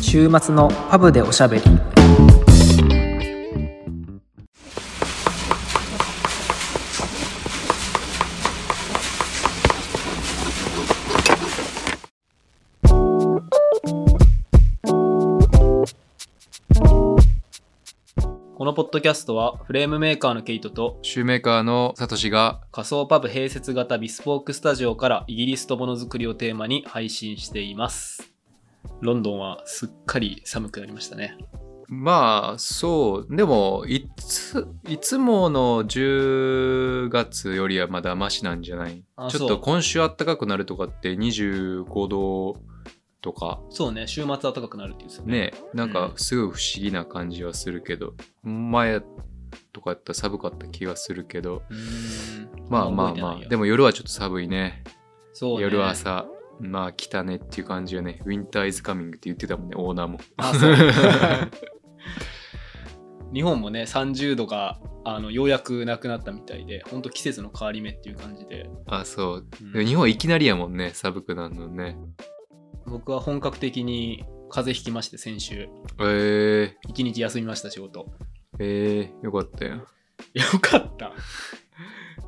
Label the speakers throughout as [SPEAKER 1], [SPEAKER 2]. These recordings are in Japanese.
[SPEAKER 1] 週末のパブでおしゃべりこのポッドキャストはフレームメーカーのケイトと
[SPEAKER 2] シューメーカーのサトシが
[SPEAKER 1] 仮想パブ併設型ビスポークスタジオからイギリスとものづくりをテーマに配信しています。ロンドンはすっかり寒くなりましたね。
[SPEAKER 2] まあそうでもいついつもの10月よりはまだマシなんじゃない
[SPEAKER 1] あ
[SPEAKER 2] ちょっ
[SPEAKER 1] そ
[SPEAKER 2] と
[SPEAKER 1] う
[SPEAKER 2] 今週あったかくなるとかって25度とか
[SPEAKER 1] そうね、週末は高くなるっていうんですよね。
[SPEAKER 2] ねなんかすごい不思議な感じはするけど、前とかやったら寒かった気がするけど
[SPEAKER 1] うーん
[SPEAKER 2] まあまあまあで
[SPEAKER 1] も、
[SPEAKER 2] も夜はちょっと寒いね
[SPEAKER 1] そうね
[SPEAKER 2] 夜は朝まあ来たねっていう感じよねウィンターイズカミングって言ってたもんねオーナーも
[SPEAKER 1] あそう 日本もね、30度があのようやくなくなったみたいで、ほんと季節の変わり目っていう感じで、
[SPEAKER 2] あそう
[SPEAKER 1] うん
[SPEAKER 2] でも日本いきなりやもんね寒くなるのね
[SPEAKER 1] 僕は本格的に風邪ひきまして、先週、
[SPEAKER 2] え
[SPEAKER 1] 1日休みました、仕事。
[SPEAKER 2] ー、えー、よかったよ
[SPEAKER 1] いやよかった。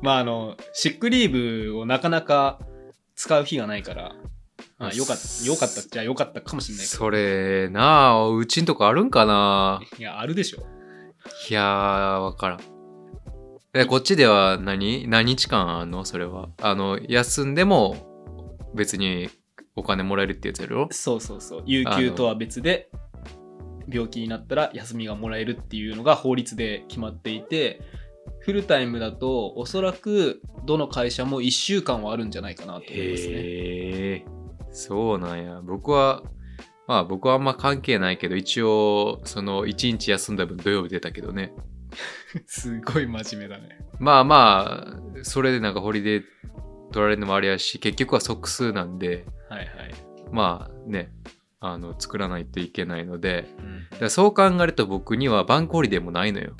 [SPEAKER 1] まああの、シックリーブをなかなか使う日がないから、あよかった、よかったっちゃよかったかもしれないけど。
[SPEAKER 2] それなあうちんとこあるんかない
[SPEAKER 1] や、あるでしょ。
[SPEAKER 2] いやーわからんえこっちでは何何日間あんのそれはあの休んでも別にお金もらえるってやつやろ
[SPEAKER 1] そうそうそう。有給とは別で、病気になったら休みがもらえるっていうのが法律で決まっていて、フルタイムだと、おそらくどの会社も1週間はあるんじゃないかなと思いますね。
[SPEAKER 2] へえそうなんや僕はまあ僕はあんま関係ないけど一応その1日休んだ分土曜日出たけどね
[SPEAKER 1] すごい真面目だね。
[SPEAKER 2] まあまあそれでなんかホリデー取られるのもあれやし結局は即数なんで
[SPEAKER 1] はいはい。
[SPEAKER 2] まあねあの作らないといけないので
[SPEAKER 1] うん
[SPEAKER 2] だからそう考えると僕にはバンクホリデーもないのよ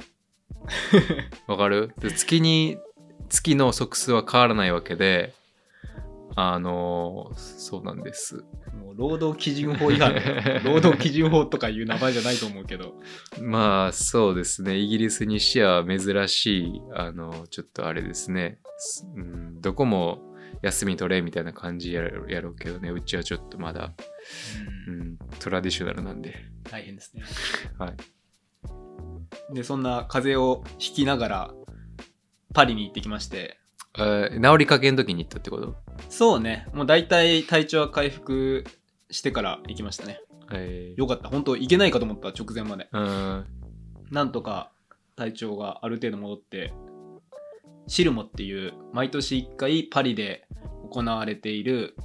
[SPEAKER 2] わかるで月に月の即数は変わらないわけであのそうなんです
[SPEAKER 1] もう労働基準法違 反だよ労働基準法とかいう名前じゃないと思うけど
[SPEAKER 2] まあそうですねイギリスにしては珍しいあのちょっとあれですね、すうん、どこも休み取れみたいな感じやろやろうけどねうちはちょっとまだ、うん、トラディショナルなんで
[SPEAKER 1] 大変ですね
[SPEAKER 2] はい
[SPEAKER 1] でそんな風邪をひきながらパリに行ってきまして
[SPEAKER 2] えー治りかけの時に行ったってこと
[SPEAKER 1] そうねもう大体体調は回復してから行きましたね
[SPEAKER 2] えー
[SPEAKER 1] よかった本当行けないかと思った直前まで
[SPEAKER 2] うん
[SPEAKER 1] なんとか体調がある程度戻ってシルモっていう毎年1回パリで行われている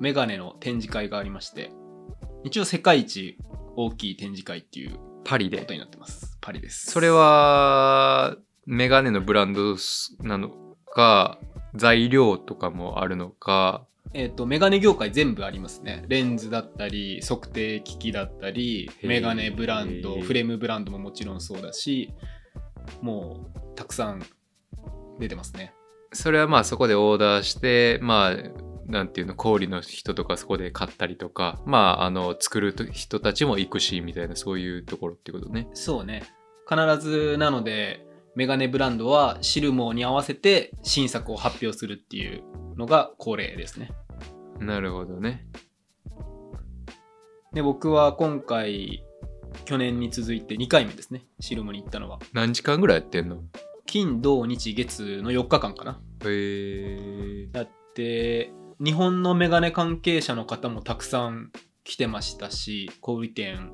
[SPEAKER 1] メガネの展示会がありまして一応世界一大きい展示会っていう
[SPEAKER 2] パリ
[SPEAKER 1] こと
[SPEAKER 2] で
[SPEAKER 1] になってますパリです
[SPEAKER 2] それはメガネのブランドなのか材料とかもあるのか
[SPEAKER 1] えっ、とメガネ業界全部ありますねレンズだったり測定機器だったり
[SPEAKER 2] へー
[SPEAKER 1] メガネブランド
[SPEAKER 2] へー
[SPEAKER 1] フレームブランドももちろんそうだしもうたくさん出てますね
[SPEAKER 2] それはまあそこでオーダーしてまあなんていうの小売りの人とかそこで買ったりとかまああの作る人たちも行くしみたいなそういうところってことね
[SPEAKER 1] そうね必ずなのでメガネブランドはシルモーに合わせて新作を発表するっていうのが恒例ですね
[SPEAKER 2] なるほどね
[SPEAKER 1] で僕は今回去年に続いて2回目ですねシルモーに行ったのは
[SPEAKER 2] 何時間ぐらいやってんの
[SPEAKER 1] 金土日月の4日間かな
[SPEAKER 2] へえ
[SPEAKER 1] やって日本のメガネ関係者の方もたくさん来てましたし小売店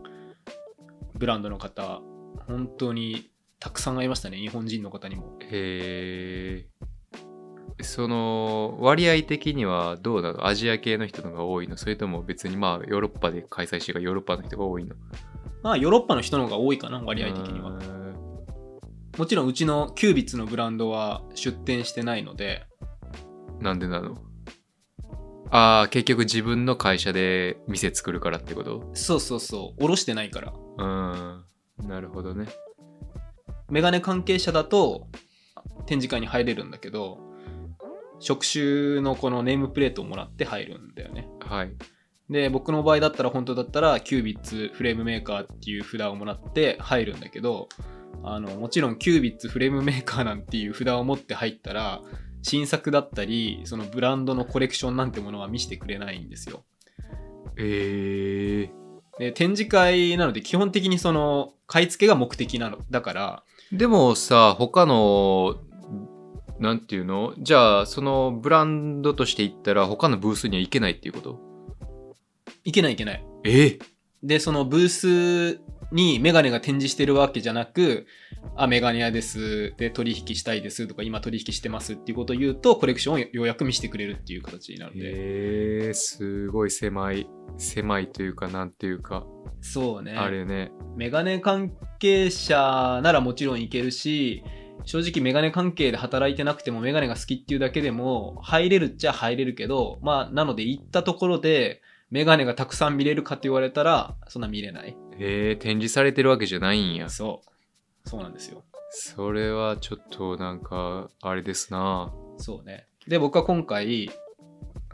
[SPEAKER 1] ブランドの方本当にたくさん会いましたね日本人の方にも
[SPEAKER 2] へえその割合的にはどうなのアジア系の人のが多いのそれとも別にまあヨーロッパで開催してるからヨーロッパの人が多いの
[SPEAKER 1] まあヨーロッパの人の方が多いかな割合的には
[SPEAKER 2] うーん
[SPEAKER 1] もちろんうちのキュービッツのブランドは出店してないので
[SPEAKER 2] なんでなのああ結局自分の会社で店作るからってこと
[SPEAKER 1] そうそうそう卸してないから
[SPEAKER 2] うーんなるほどね
[SPEAKER 1] メガネ関係者だと展示会に入れるんだけど職種のこのネームプレートをもらって入るんだよね
[SPEAKER 2] はい
[SPEAKER 1] で僕の場合だったら本当だったらキュービッツフレームメーカーっていう札をもらって入るんだけどあのもちろんキュービッツフレームメーカーなんていう札を持って入ったら新作だったりそのブランドのコレクションなんてものは見せてくれないんですよ。
[SPEAKER 2] ええ
[SPEAKER 1] で展示会なので基本的にその買い付けが目的なのだから
[SPEAKER 2] でもさ他のなんていうのじゃあそのブランドとして行ったら他のブースには行けないっていうこと
[SPEAKER 1] いけないいけない。
[SPEAKER 2] ええ
[SPEAKER 1] でそのブースにメガネが展示してるわけじゃなく「あメガネ屋です」で取引したいですとか今取引してますっていうことを言うとコレクションをようやく見せてくれるっていう形になるので
[SPEAKER 2] ええすごい狭い狭いというかなんていうか、
[SPEAKER 1] そうね
[SPEAKER 2] あれね
[SPEAKER 1] メガネ関係者ならもちろんいけるし正直メガネ関係で働いてなくてもメガネが好きっていうだけでも入れるっちゃ入れるけどまあなので行ったところでメガネがたくさん見れるかって言われたらそんな見れない
[SPEAKER 2] ええ展示されてるわけじゃないんや
[SPEAKER 1] そうそうなんですよ
[SPEAKER 2] それはちょっとなんかあれですな
[SPEAKER 1] そうね。で、僕は今回、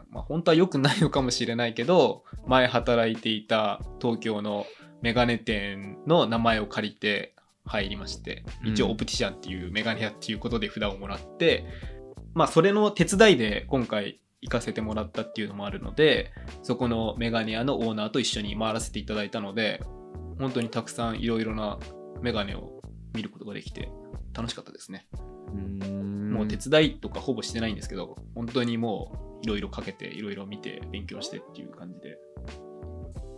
[SPEAKER 1] まあ、本当は良くないのかもしれないけど、前働いていた東京のメガネ店の名前を借りて入りまして、
[SPEAKER 2] うん
[SPEAKER 1] 一応オプティシャンっていうメガネ屋っていうことで札をもらって、まあ、それの手伝いで今回行かせてもらったっていうのもあるので、そこのメガネ屋のオーナーと一緒に回らせていただいたので、本当にたくさんいろいろなメガネを見ることができて楽しかったですね。も
[SPEAKER 2] も
[SPEAKER 1] う手伝いとかほぼしてないんですけど、本当にもういろいろかけて、いろいろ見て、勉強してっていう感じで。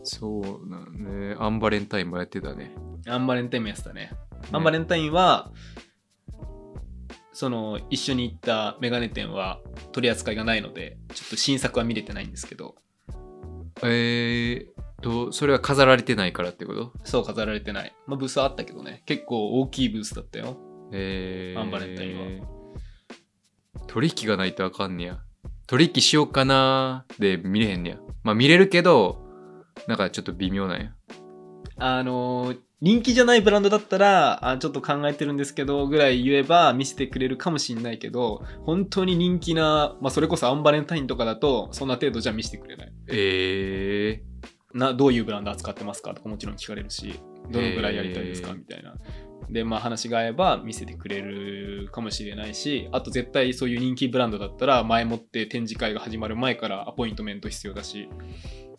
[SPEAKER 2] そうなんねアンバレンタインもやってたね
[SPEAKER 1] アンバレンタインもやってたね。アンバレンタインは、その一緒に行ったメガネ店は取り扱いがないので、ちょっと新作は見れてないんですけど、
[SPEAKER 2] えー、とそれは飾られてないからってこと
[SPEAKER 1] そう飾られてない。まあブースはあったけどね、結構大きいブースだったよ。
[SPEAKER 2] えー、
[SPEAKER 1] アンバレンタイン
[SPEAKER 2] は取引がないとあかんねや取引しようかなーで見れへんねやまあ見れるけどなんかちょっと微妙なんや
[SPEAKER 1] あのー人気じゃないブランドだったらあちょっと考えてるんですけどぐらい言えば見せてくれるかもしんないけど本当に人気な、まあ、それこそアンバレンタインとかだとそんな程度じゃ見せてくれない
[SPEAKER 2] え
[SPEAKER 1] などういうブランド扱ってますかとかもちろん聞かれるしどのぐらいやりたいです
[SPEAKER 2] へ
[SPEAKER 1] か
[SPEAKER 2] ー
[SPEAKER 1] みたいなでまあ話が合えば見せてくれるかもしれないしあと絶対そういう人気ブランドだったら前もって展示会が始まる前からアポイントメント必要だし
[SPEAKER 2] ー、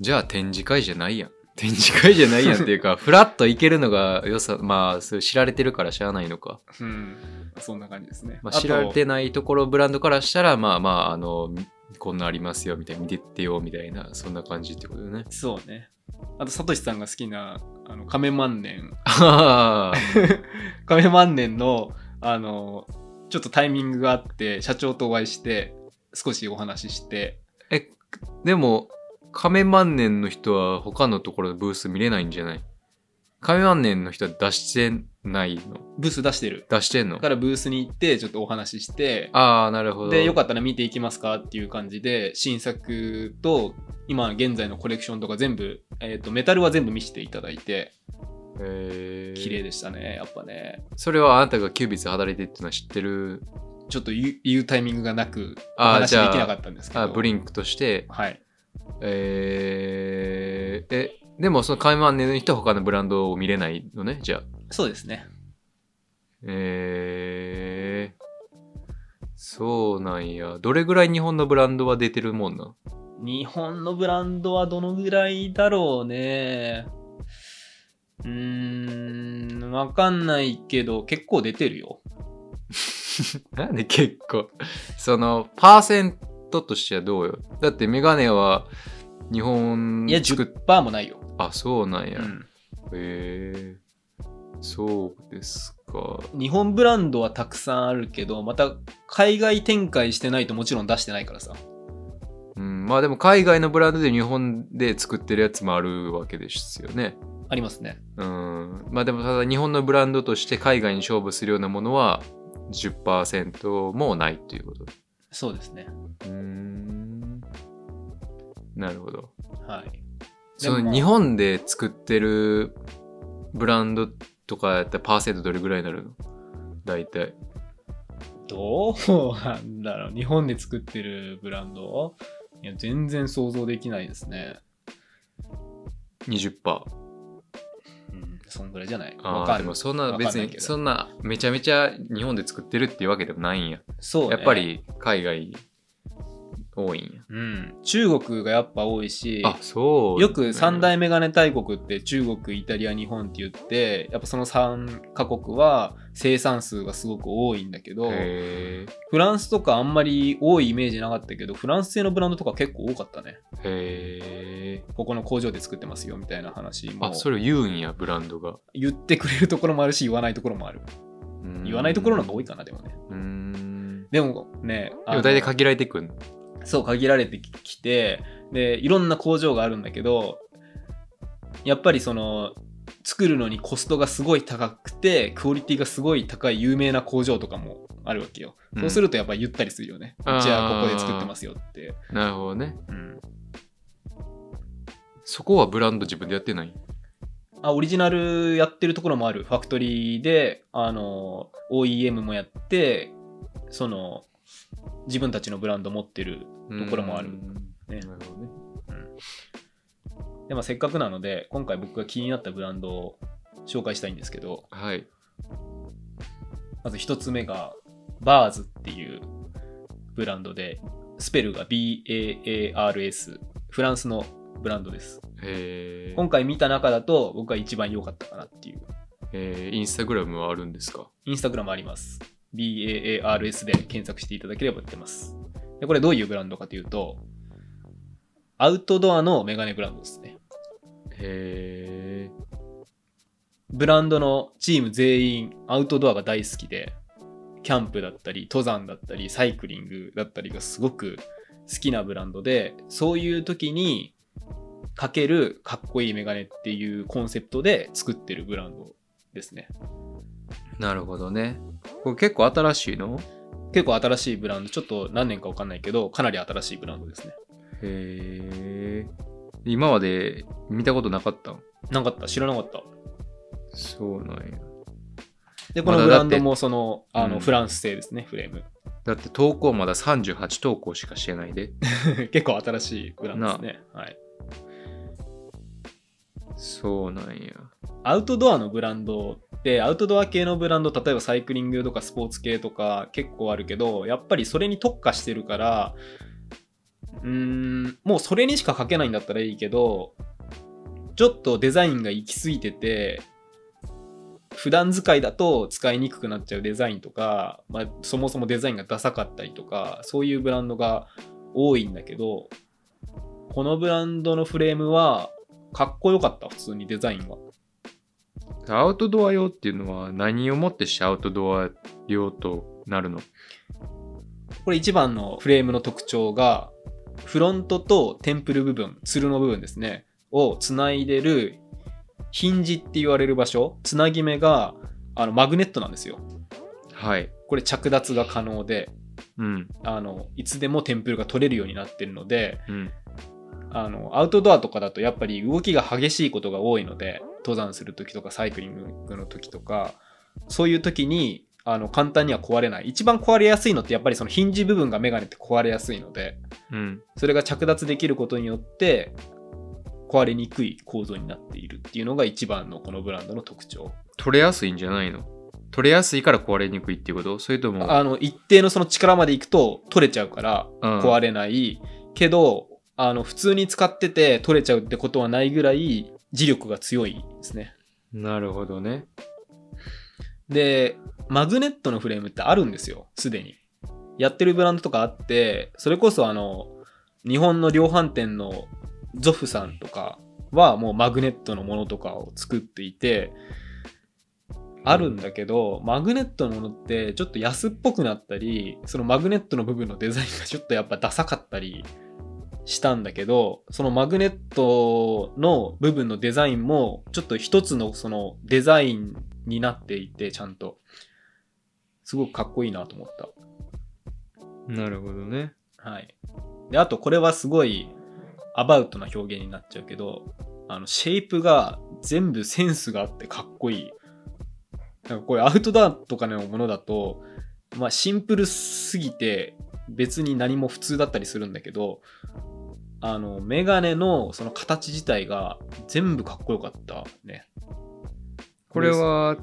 [SPEAKER 2] じゃあ展示会じゃないやん展示会じゃないやんっていう かフラッと行けるのが良さまあそう知られてるから知らないのか、
[SPEAKER 1] うんそんな感じですね、
[SPEAKER 2] まあ、
[SPEAKER 1] あと
[SPEAKER 2] 知られてないところブランドからしたらまあまああのこんなんありますよみたいな見てってよみたいなそんな感じってことね
[SPEAKER 1] そうね。あと、サトシさんが好きな、あの、亀万年。
[SPEAKER 2] あー
[SPEAKER 1] 亀万年の、あの、ちょっとタイミングがあって、社長とお会いして、少しお話しして、
[SPEAKER 2] え、でも、亀万年の人は他のところでブース見れないんじゃない亀万年の人は出してないの
[SPEAKER 1] ブース出してる。
[SPEAKER 2] 出してんの
[SPEAKER 1] だからブースに行って、ちょっとお話しして、
[SPEAKER 2] ああ、なるほど。
[SPEAKER 1] で、よかったら見ていきますかっていう感じで、新作と、今現在のコレクションとか全部、えっ、と、メタルは全部見せていただいて、
[SPEAKER 2] えー
[SPEAKER 1] 綺麗でしたね、やっぱね。
[SPEAKER 2] それはあなたがキュービッツで働いてるっていうのは知ってる。
[SPEAKER 1] ちょっと言う言うタイミングがなく、お
[SPEAKER 2] あー
[SPEAKER 1] 話
[SPEAKER 2] じ
[SPEAKER 1] しで
[SPEAKER 2] ゃあ
[SPEAKER 1] きなかったんですけど。
[SPEAKER 2] あブリンクとして。
[SPEAKER 1] はい。
[SPEAKER 2] えー、え、でもその亀万年の人は他のブランドを見れないのね、じゃあ。
[SPEAKER 1] そうですね。
[SPEAKER 2] えー。そうなんや。どれぐらい日本のブランドは出てるもんなん
[SPEAKER 1] 日本のブランドはどのぐらいだろうね。うーん、わかんないけど、結構出てるよ。
[SPEAKER 2] なんで結構そのパーセントとしてはどうよだってメガネは日本
[SPEAKER 1] いや、
[SPEAKER 2] 作っ
[SPEAKER 1] 10%もないよ。
[SPEAKER 2] あそうなんや、
[SPEAKER 1] うん
[SPEAKER 2] へえそうですか
[SPEAKER 1] 日本ブランドはたくさんあるけど、また海外展開してないともちろん出してないからさ。
[SPEAKER 2] うんまあでも海外のブランドで日本で作ってるやつもあるわけですよね
[SPEAKER 1] ありますね。
[SPEAKER 2] うんまあでもただ日本のブランドとして海外に勝負するようなものは10%もないということ
[SPEAKER 1] そうですね。
[SPEAKER 2] うんなるほど
[SPEAKER 1] はい。でも
[SPEAKER 2] その日本で作ってるブランドとかやったらパーセントどれぐらいになるの大体。
[SPEAKER 1] どうなんだろう。日本で作ってるブランドいや、全然想像できないですね。
[SPEAKER 2] 20%。
[SPEAKER 1] うん、そんぐらいじゃない。
[SPEAKER 2] あ
[SPEAKER 1] わ
[SPEAKER 2] あ、
[SPEAKER 1] か
[SPEAKER 2] で
[SPEAKER 1] る
[SPEAKER 2] も。そんな
[SPEAKER 1] わかんない
[SPEAKER 2] 別に
[SPEAKER 1] け、ど
[SPEAKER 2] そんなめちゃめちゃ日本で作ってるっていうわけでもないんや。
[SPEAKER 1] そう、ね。
[SPEAKER 2] やっぱ。り海外多いんや。
[SPEAKER 1] うん。中国がやっぱ多いし、
[SPEAKER 2] あ、そう、
[SPEAKER 1] よく三大メガネ大国って中国、イタリア、日本って言って、やっぱその3カ国は生産数がすごく多いんだけど、
[SPEAKER 2] へ
[SPEAKER 1] フランスとかあんまり多いイメージなかったけど、フランス製のブランドとか結構多かったね。
[SPEAKER 2] え。へえ。
[SPEAKER 1] ここの工場で作ってますよみたいな話も
[SPEAKER 2] あ、それを言うんや、ブランドが。
[SPEAKER 1] 言ってくれるところもあるし、言わないところもある。
[SPEAKER 2] うん
[SPEAKER 1] 言わないところの方が多いかな、でもね。
[SPEAKER 2] うーん。
[SPEAKER 1] でもね、
[SPEAKER 2] で
[SPEAKER 1] あ
[SPEAKER 2] も
[SPEAKER 1] の
[SPEAKER 2] 大体限られてくんの。
[SPEAKER 1] そう限られてきてでいろんな工場があるんだけどやっぱりその作るのにコストがすごい高くてクオリティがすごい高い有名な工場とかもあるわけよ、
[SPEAKER 2] うん
[SPEAKER 1] そうするとやっぱり言ったりするよね
[SPEAKER 2] あー
[SPEAKER 1] じゃあここで作ってますよって、
[SPEAKER 2] なるほどね。
[SPEAKER 1] うん
[SPEAKER 2] そこはブランド自分でやってない。
[SPEAKER 1] あオリジナルやってるところもあるファクトリーであの OEM もやってその自分たちのブランド持ってるところもある
[SPEAKER 2] うん
[SPEAKER 1] ね
[SPEAKER 2] なるほどね。
[SPEAKER 1] でもせっかくなので今回僕が気になったブランドを紹介したいんですけど
[SPEAKER 2] はい。
[SPEAKER 1] まず一つ目がバーズっていうブランドでスペルが BAARS フランスのブランドです
[SPEAKER 2] へえ。
[SPEAKER 1] 今回見た中だと僕が一番良かったかなっていう
[SPEAKER 2] えーインスタグラムはあるんですか
[SPEAKER 1] インスタグラムあります BAARS で検索していただければ売ってますでこれどういうブランドかというとアウトドアのメガネブランドですね
[SPEAKER 2] へえ。
[SPEAKER 1] ブランドのチーム全員アウトドアが大好きで、キャンプだったり、登山だったり、サイクリングだったりがすごく好きなブランドで、そういう時にかけるかっこいいメガネっていうコンセプトで作ってるブランドですね。
[SPEAKER 2] なるほどね。これ結構新しいの
[SPEAKER 1] 結構新しいブランド、ちょっと何年かわかんないけど、かなり新しいブランドですね。
[SPEAKER 2] へえ。今まで見たことなかったん
[SPEAKER 1] なかった、知らなかった。
[SPEAKER 2] そうなんや。
[SPEAKER 1] で、この
[SPEAKER 2] ま
[SPEAKER 1] ブ
[SPEAKER 2] だだっ
[SPEAKER 1] ラ
[SPEAKER 2] て
[SPEAKER 1] ンドもその、あ
[SPEAKER 2] うん
[SPEAKER 1] の、フランス製ですね、フレーム。
[SPEAKER 2] だって投稿まだ38投稿しかしてないで。
[SPEAKER 1] 結構新しいブランドですね。はい。
[SPEAKER 2] そうなんや。
[SPEAKER 1] アウトドアのブランドってアウトドア系のブランド例えばサイクリングとかスポーツ系とか結構あるけどやっぱりそれに特化してるからうーんもうそれにしか書けないんだったらいいけどちょっとデザインが行き過ぎてて普段使いだと使いにくくなっちゃうデザインとか、まあ、そもそもデザインがダサかったりとかそういうブランドが多いんだけどこのブランドのフレームはかっこよかった普通にデザインが。
[SPEAKER 2] アウトドア用っていうのは何をもってしてアウトドア用となるの
[SPEAKER 1] これ一番のフレームの特徴がフロントとテンプル部分つるの部分ですねをつないでるヒンジって言われる場所つなぎ目があのマグネットなんですよ
[SPEAKER 2] はい。
[SPEAKER 1] これ着脱が可能で
[SPEAKER 2] うん。
[SPEAKER 1] あのいつでもテンプルが取れるようになってるので
[SPEAKER 2] うん。
[SPEAKER 1] あのアウトドアとかだとやっぱり動きが激しいことが多いので登山する時とかサイクリングの時とかそういう時にあの簡単には壊れない一番壊れやすいのってやっぱりそのヒンジ部分がメガネって壊れやすいので
[SPEAKER 2] うん。
[SPEAKER 1] それが着脱できることによって壊れにくい構造になっているっていうのが一番のこのブランドの特徴、
[SPEAKER 2] 取れやすいんじゃないの取れやすいから壊れにくいっていうことそれとも、
[SPEAKER 1] あの一定のその力までいくと取れちゃうから
[SPEAKER 2] うん
[SPEAKER 1] 壊れない、けどあの普通に使ってて取れちゃうってことはないぐらい磁力が強いですね
[SPEAKER 2] なるほどね。
[SPEAKER 1] でマグネットのフレームってあるんですよすでにやってるブランドとかあってそれこそあの日本の量販店のゾフさんとかはもうマグネットのものとかを作っていてあるんだけどマグネットのものってちょっと安っぽくなったりそのマグネットの部分のデザインがちょっとやっぱダサかったりしたんだけどそのマグネットの部分のデザインもちょっと一つのそのデザインになっていてちゃんとすごくかっこいいなと思った
[SPEAKER 2] なるほどね。
[SPEAKER 1] はい。で、あとこれはすごいアバウトな表現になっちゃうけど、あの、シェイプが全部センスがあってかっこいい。なんかこれアウトドアとかのものだと、まあシンプルすぎて別に何も普通だったりするんだけど、あのメガネのその形自体が全部かっこよかったね
[SPEAKER 2] これは、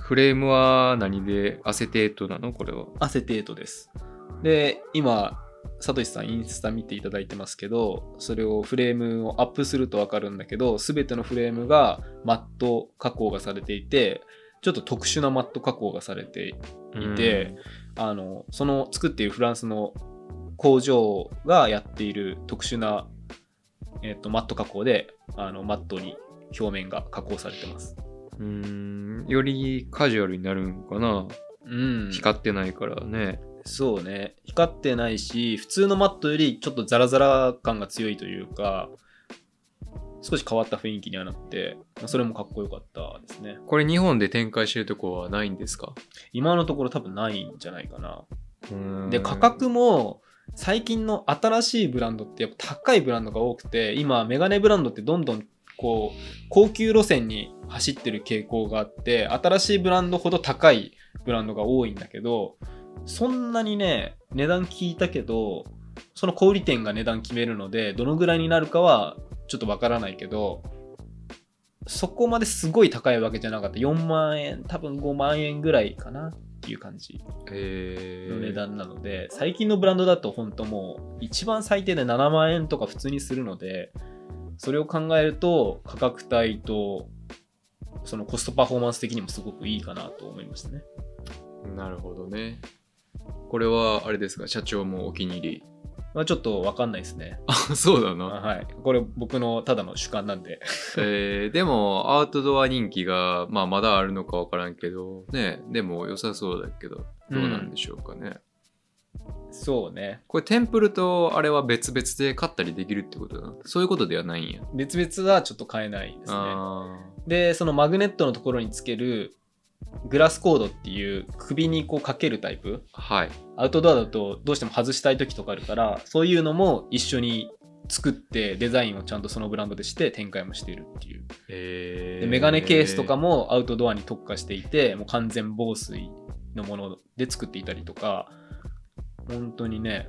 [SPEAKER 2] フレームは何でアセテートなのこれは。
[SPEAKER 1] アセテートですで今サトシさんインスタ見ていただいてますけどそれをフレームをアップすると分かるんだけど全てのフレームがマット加工がされていてちょっと特殊なマット加工がされていて、あのその作っているフランスの工場がやっている特殊な、えっとマット加工であのマットに表面が加工されてます。
[SPEAKER 2] うん、よりカジュアルになるんかな、
[SPEAKER 1] うん、
[SPEAKER 2] 光ってないからね。
[SPEAKER 1] そうね光ってないし普通のマットよりちょっとザラザラ感が強いというか少し変わった雰囲気にはなってまあそれもかっこよかったですね
[SPEAKER 2] これ日本で展開してるとこはないんですか
[SPEAKER 1] 今のところ多分ないんじゃないかなで価格も最近の新しいブランドってやっぱ高いブランドが多くて今メガネブランドってどんどんこう高級路線に走ってる傾向があって新しいブランドほど高いブランドが多いんだけどそんなにね値段聞いたけどその小売店が値段決めるのでどのぐらいになるかはちょっとわからないけどそこまですごい高いわけじゃなかった4万円多分5万円ぐらいかなっていう感じ
[SPEAKER 2] えー
[SPEAKER 1] の値段なので、最近のブランドだと本当もう一番最低で7万円とか普通にするのでそれを考えると価格帯とそのコストパフォーマンス的にもすごくいいかなと思いましたね
[SPEAKER 2] なるほどね。これはあれですか社長もお気に入り。
[SPEAKER 1] まあちょっとわかんないですね
[SPEAKER 2] あそうな
[SPEAKER 1] あ
[SPEAKER 2] の、
[SPEAKER 1] はいこれ僕のただの主観なんで
[SPEAKER 2] えーでもアウトドア人気が、まあ、まだあるのかわからんけど、ね、でも良さそうだけど、どうなんでしょうかね。
[SPEAKER 1] そうね
[SPEAKER 2] これテンプルとあれは別々で買ったりできるってことだな。そういうことではないんや。
[SPEAKER 1] 別々はちょっと買えないですね
[SPEAKER 2] あ
[SPEAKER 1] でそのマグネットのところにつけるグラスコードっていう首にこうかけるタイプ
[SPEAKER 2] あはい。
[SPEAKER 1] アウトドアだとどうしても外したい時とかあるからそういうのも一緒に作ってデザインをちゃんとそのブランドでして展開もしているっていう
[SPEAKER 2] え
[SPEAKER 1] でメガネケースとか
[SPEAKER 2] も。
[SPEAKER 1] もアウトドアに特化していてもう完全防水のもので作っていたりとか本当にね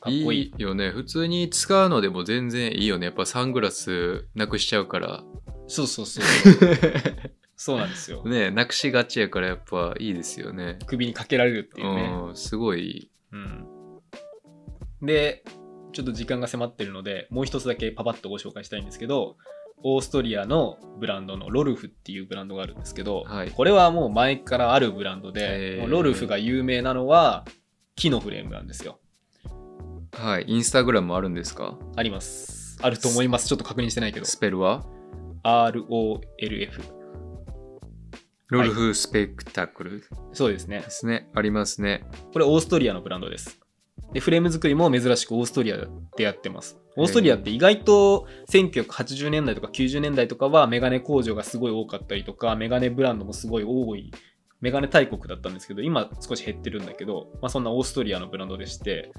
[SPEAKER 1] かっこいい
[SPEAKER 2] いいよね。普通に使うのでも全然いいよね。やっぱサングラスなくしちゃう から。
[SPEAKER 1] そうそうそうそうなん ですよ
[SPEAKER 2] ねなくしがちやからやっぱいいですよね。
[SPEAKER 1] 首にかけられるっていうね
[SPEAKER 2] うん、すごい。
[SPEAKER 1] うんでちょっと時間が迫ってるのでもう一つだけパパッとご紹介したいんですけどオーストリアのブランドのロルフっていうブランドがあるんですけど、
[SPEAKER 2] はい
[SPEAKER 1] これはもう前からあるブランド
[SPEAKER 2] へ
[SPEAKER 1] で
[SPEAKER 2] ー
[SPEAKER 1] もうロルフが有名なのは木のフレームなんですよ
[SPEAKER 2] はい。インスタグラムあるんですか
[SPEAKER 1] ありますあると思いますちょっと確認してないけど
[SPEAKER 2] スペルは
[SPEAKER 1] ROLF
[SPEAKER 2] ロルフスペクタクルで
[SPEAKER 1] そうですね
[SPEAKER 2] すね。ありますね。
[SPEAKER 1] これオーストリアのブランドです。で、フレーム作りも珍しくオーストリアでやってます。オーストリアって意外と1980年代とか90年代とかはメガネ工場がすごい多かったりとか、メガネブランドもすごい多い、メガネ大国だったんですけど、今少し減ってるんだけど、まあそんなオーストリアのブランドでして、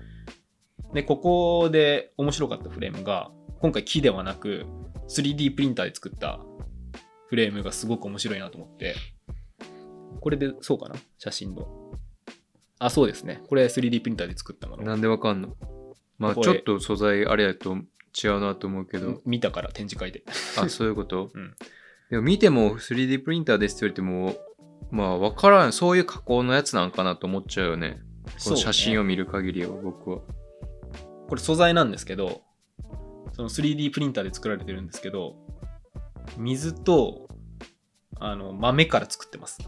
[SPEAKER 1] で、ここで面白かったフレームが、今回木ではなく 3D プリンターで作ったフレームがすごく面白いなと思って、これでそうかな写真の。あ、そうですね。これ 3D プリンターで作ったも
[SPEAKER 2] な
[SPEAKER 1] の。
[SPEAKER 2] んでわかんのまあ
[SPEAKER 1] こ
[SPEAKER 2] ち
[SPEAKER 1] れ
[SPEAKER 2] ょっと素材あれやと違うなと思う けど。
[SPEAKER 1] 見たから展示会で。
[SPEAKER 2] あ、そういうこと、
[SPEAKER 1] うん
[SPEAKER 2] でも見ても 3D プリンターですって言われても、まあわからん。そういう加工のやつなんかなと思っちゃうよね。 この写真
[SPEAKER 1] を、
[SPEAKER 2] を見る限りは僕は。
[SPEAKER 1] これ素材なんですけど、その 3D プリンターで作られてるんですけど、水とあの豆から作ってます。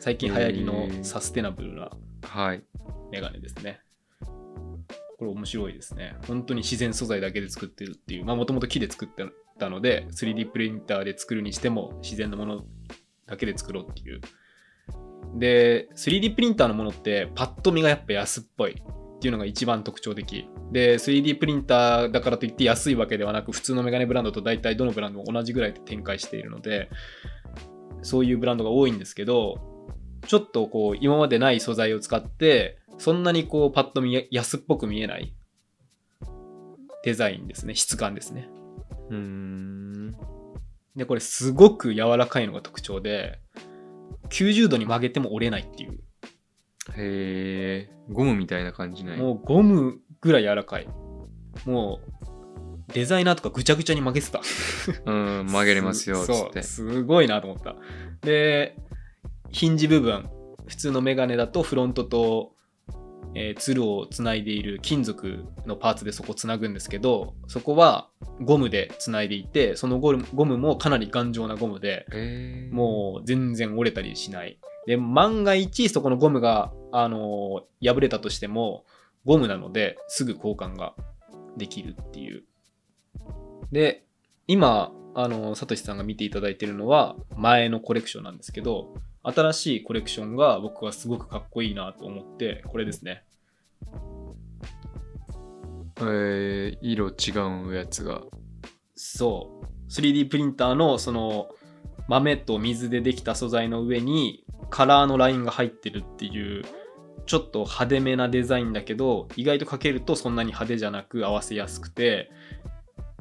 [SPEAKER 1] 最近流行り
[SPEAKER 2] へー
[SPEAKER 1] のサステナブルな
[SPEAKER 2] はい。
[SPEAKER 1] メガネですね。これ面白いですね。本当に自然素材だけで作ってるっていう、まあもともと木で作ってたので、3D プリンターで作るにしても自然なものだけで作ろうっていう。で、3D プリンターのものってパッと見がやっぱ安っぽいっていうのが一番特徴的。で、3D プリンターだからといって安いわけではなく、普通のメガネブランドと大体どのブランドも同じぐらいで展開しているので、そういうブランドが多いんですけど、ちょっとこう今までない素材を使ってそんなにこうパッと見え安っぽく見えないデザインですね質感ですね
[SPEAKER 2] うーん。
[SPEAKER 1] でこれすごく柔らかいのが特徴で90度に曲げても折れないっていう
[SPEAKER 2] へえ。ゴムみたいな感じない。
[SPEAKER 1] もうゴムぐらい柔らかいもうデザイナーとかぐちゃぐちゃに負けてた
[SPEAKER 2] うん、曲げれますよ、つ
[SPEAKER 1] そ
[SPEAKER 2] っ
[SPEAKER 1] う
[SPEAKER 2] て。
[SPEAKER 1] すごいなと思ったでヒンジ部分普通のメガネだとフロントと、えー、ツルをつないでいる金属のパーツでそこつなぐんですけどそこはゴムでつないでいてそのゴムゴムもかなり頑丈なゴムで
[SPEAKER 2] えー、
[SPEAKER 1] もう全然折れたりしないで万が一そこのゴムが、あのー破れたとしてもゴムなのですぐ交換ができるっていうで今あのーサトシさんが見ていただいてるのは前のコレクションなんですけど新しいコレクションが僕はすごくかっこいいなと思ってこれですね
[SPEAKER 2] えー色違うやつが。
[SPEAKER 1] そう 3D プリンターのその豆と水でできた素材の上にカラーのラインが入ってるっていうちょっと派手めなデザインだけど意外とかけるとそんなに派手じゃなく合わせやすくて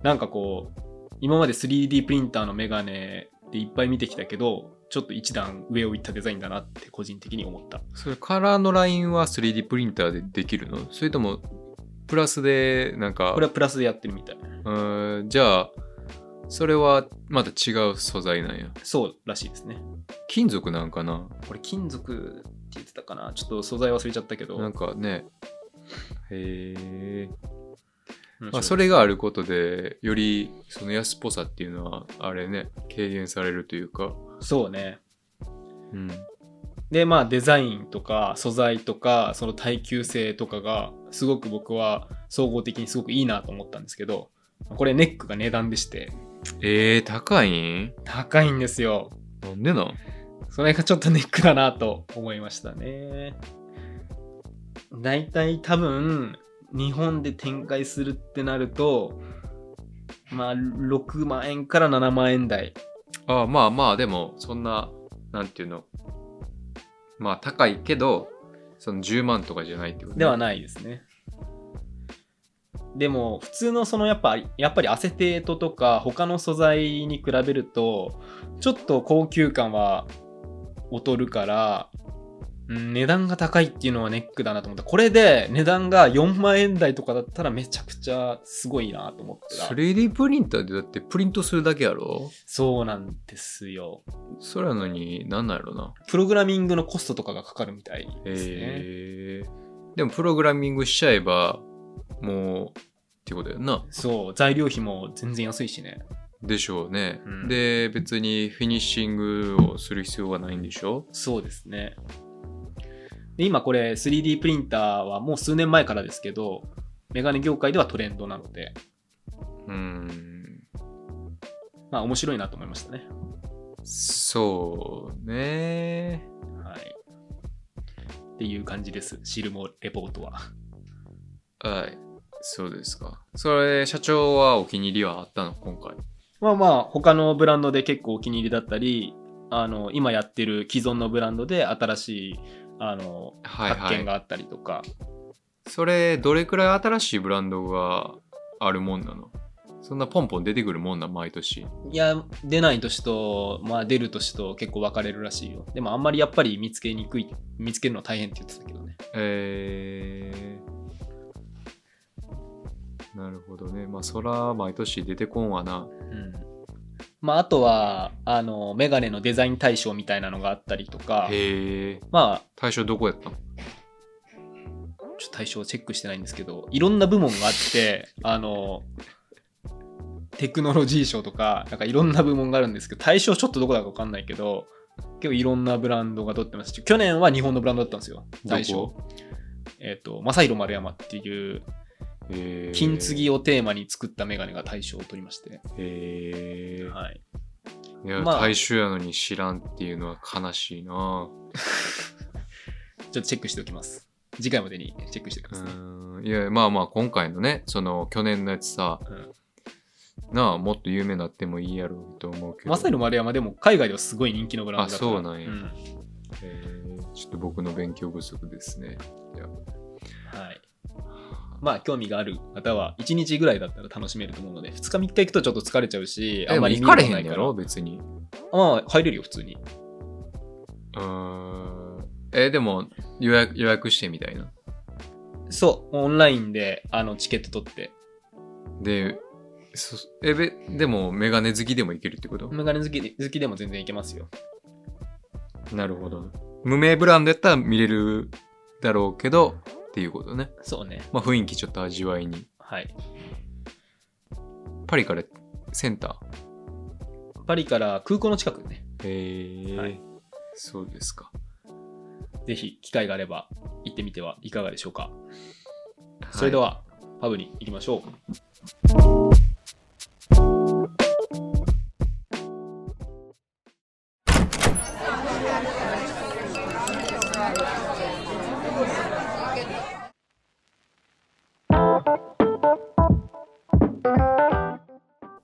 [SPEAKER 1] なんかこう今まで 3D プリンターのメガネでいっぱい見てきたけどちょっと一段上をいったデザインだなって個人的に思った
[SPEAKER 2] それカラーのラインは 3D プリンターでできるのそれとも、プラスで、なんか、
[SPEAKER 1] これはプラスでやってるみたいう
[SPEAKER 2] ーんじゃあ、それはまた違う素材なんや。
[SPEAKER 1] そうらしいですね
[SPEAKER 2] 金属なんかな
[SPEAKER 1] これ金属って言ってたかなちょっと素材忘れちゃったけど
[SPEAKER 2] なんかね。へえ。
[SPEAKER 1] うん
[SPEAKER 2] まあ、それがあることで、よりその安っぽさっていうのは、あれね、軽減されるというか。
[SPEAKER 1] そうね
[SPEAKER 2] うん。
[SPEAKER 1] でまあデザインとか素材とかその耐久性とかがすごく僕は総合的にすごくいいなと思ったんですけどこれネックが値段でして
[SPEAKER 2] えー、高いん
[SPEAKER 1] 高いんですよ
[SPEAKER 2] なんでなん
[SPEAKER 1] それがちょっとネックだなと思いましたねだいたい多分日本で展開するってなるとまあ6万円から7万円台
[SPEAKER 2] ああまあまあでもそんななんていうのまあ高いけどその10万とかじゃないってこと、ね、
[SPEAKER 1] ではいないですね。でも普通のそのやっぱやっぱりアセテートとか他の素材に比べるとちょっと高級感は劣るからうん値段が高いっていうのはネックだなと思ったこれで値段が4万円台とかだったらめちゃくちゃすごいなと思った
[SPEAKER 2] 3D プリンターでだってプリントするだけやろ
[SPEAKER 1] そうなんですよ
[SPEAKER 2] それやのになんなんやろな
[SPEAKER 1] プログラミングのコストとかがかかるみたいですね、
[SPEAKER 2] へえでもプログラミングしちゃえばもうってことやんな
[SPEAKER 1] そう材料費も全然安いしね
[SPEAKER 2] でしょうね、
[SPEAKER 1] うん
[SPEAKER 2] で別にフィニッシングをする必要はないんでしょ
[SPEAKER 1] そうですね。で今これ 3D プリンターはもう数年前からですけど、メガネ業界ではトレンドなので、
[SPEAKER 2] うん
[SPEAKER 1] まあ面白いなと思いましたね。
[SPEAKER 2] そうね
[SPEAKER 1] はい。っていう感じです。シルモレポートは。
[SPEAKER 2] はい。そうですか。それ、社長はお気に入りはあったの今回。
[SPEAKER 1] まあまあ他のブランドで結構お気に入りだったり、あの今やってる既存のブランドで新しいあの
[SPEAKER 2] はい
[SPEAKER 1] 発見
[SPEAKER 2] は
[SPEAKER 1] があったりとか、
[SPEAKER 2] い。それ、どれくらい新しいブランドがあるもんなのそんなポンポン出てくるもんな、毎年。
[SPEAKER 1] いや、出ない年と、まあ出る年と結構分かれるらしいよ。でもあんまりやっぱり見つけにくい、見つけるのは大変って言ってたけどね。
[SPEAKER 2] えー。なるほどね。まあ、そら、毎年出てこんわな。
[SPEAKER 1] うんまあ、あとはあのメガネのデザイン大賞みたいなのがあったりとか、
[SPEAKER 2] へえ。
[SPEAKER 1] まあ、
[SPEAKER 2] 対象どこやったの
[SPEAKER 1] ちょっと大賞チェックしてないんですけどいろんな部門があって あのテクノロジー賞とかなんかいろんな部門があるんですけど大賞ちょっとどこだか分かんないけど結構いろんなブランドが取ってますし去年は日本のブランドだったんですよ大
[SPEAKER 2] ど
[SPEAKER 1] 賞
[SPEAKER 2] こ。
[SPEAKER 1] えっ、と正弘丸山っていう
[SPEAKER 2] えー
[SPEAKER 1] 金継ぎをテーマに作ったメガネが大賞を取りまして、
[SPEAKER 2] へえ。
[SPEAKER 1] はい、
[SPEAKER 2] いや、
[SPEAKER 1] まあ
[SPEAKER 2] 大衆やのに知らんっていうのは悲しいな。
[SPEAKER 1] ちょっとチェックしておきます次回までにチェックしておきますね、
[SPEAKER 2] うんいやまあまあ今回のねその去年のやつさ、
[SPEAKER 1] うん
[SPEAKER 2] なあもっと有名になってもいいやろうと思うけど
[SPEAKER 1] マサイの丸山でも海外ではすごい人気のブランドだから
[SPEAKER 2] あそうなんやえーちょっと僕の勉強不足ですね
[SPEAKER 1] はい、まあ興味がある方は1日ぐらいだったら楽しめると思うので2日3日行くとちょっと疲れちゃうしあ
[SPEAKER 2] あ
[SPEAKER 1] んま
[SPEAKER 2] ま
[SPEAKER 1] り
[SPEAKER 2] り
[SPEAKER 1] 見
[SPEAKER 2] 行
[SPEAKER 1] ようが
[SPEAKER 2] かれ
[SPEAKER 1] な
[SPEAKER 2] へ
[SPEAKER 1] い
[SPEAKER 2] ん
[SPEAKER 1] か
[SPEAKER 2] や
[SPEAKER 1] ら
[SPEAKER 2] ろ別に
[SPEAKER 1] ああ入れるよ普通に
[SPEAKER 2] うーんえーでも予約予約してみたいな
[SPEAKER 1] そうオンラインであのチケット取って
[SPEAKER 2] で、そえべでも、メガネ好きでもいけるってこと、
[SPEAKER 1] メガネ好きで好きでも全然いけますよ。
[SPEAKER 2] なるほど。無名ブランドやったら見れるだろうけど、っていうことね。
[SPEAKER 1] そうね。
[SPEAKER 2] まあ、雰囲気ちょっと味わいに。
[SPEAKER 1] はい。
[SPEAKER 2] パリからセンタ
[SPEAKER 1] パリから空港の近くね、
[SPEAKER 2] ー。へえ、
[SPEAKER 1] はい
[SPEAKER 2] そうですか。
[SPEAKER 1] ぜひ機会があれば行ってみてはいかがでしょうか。それでは、パブに行きましょう。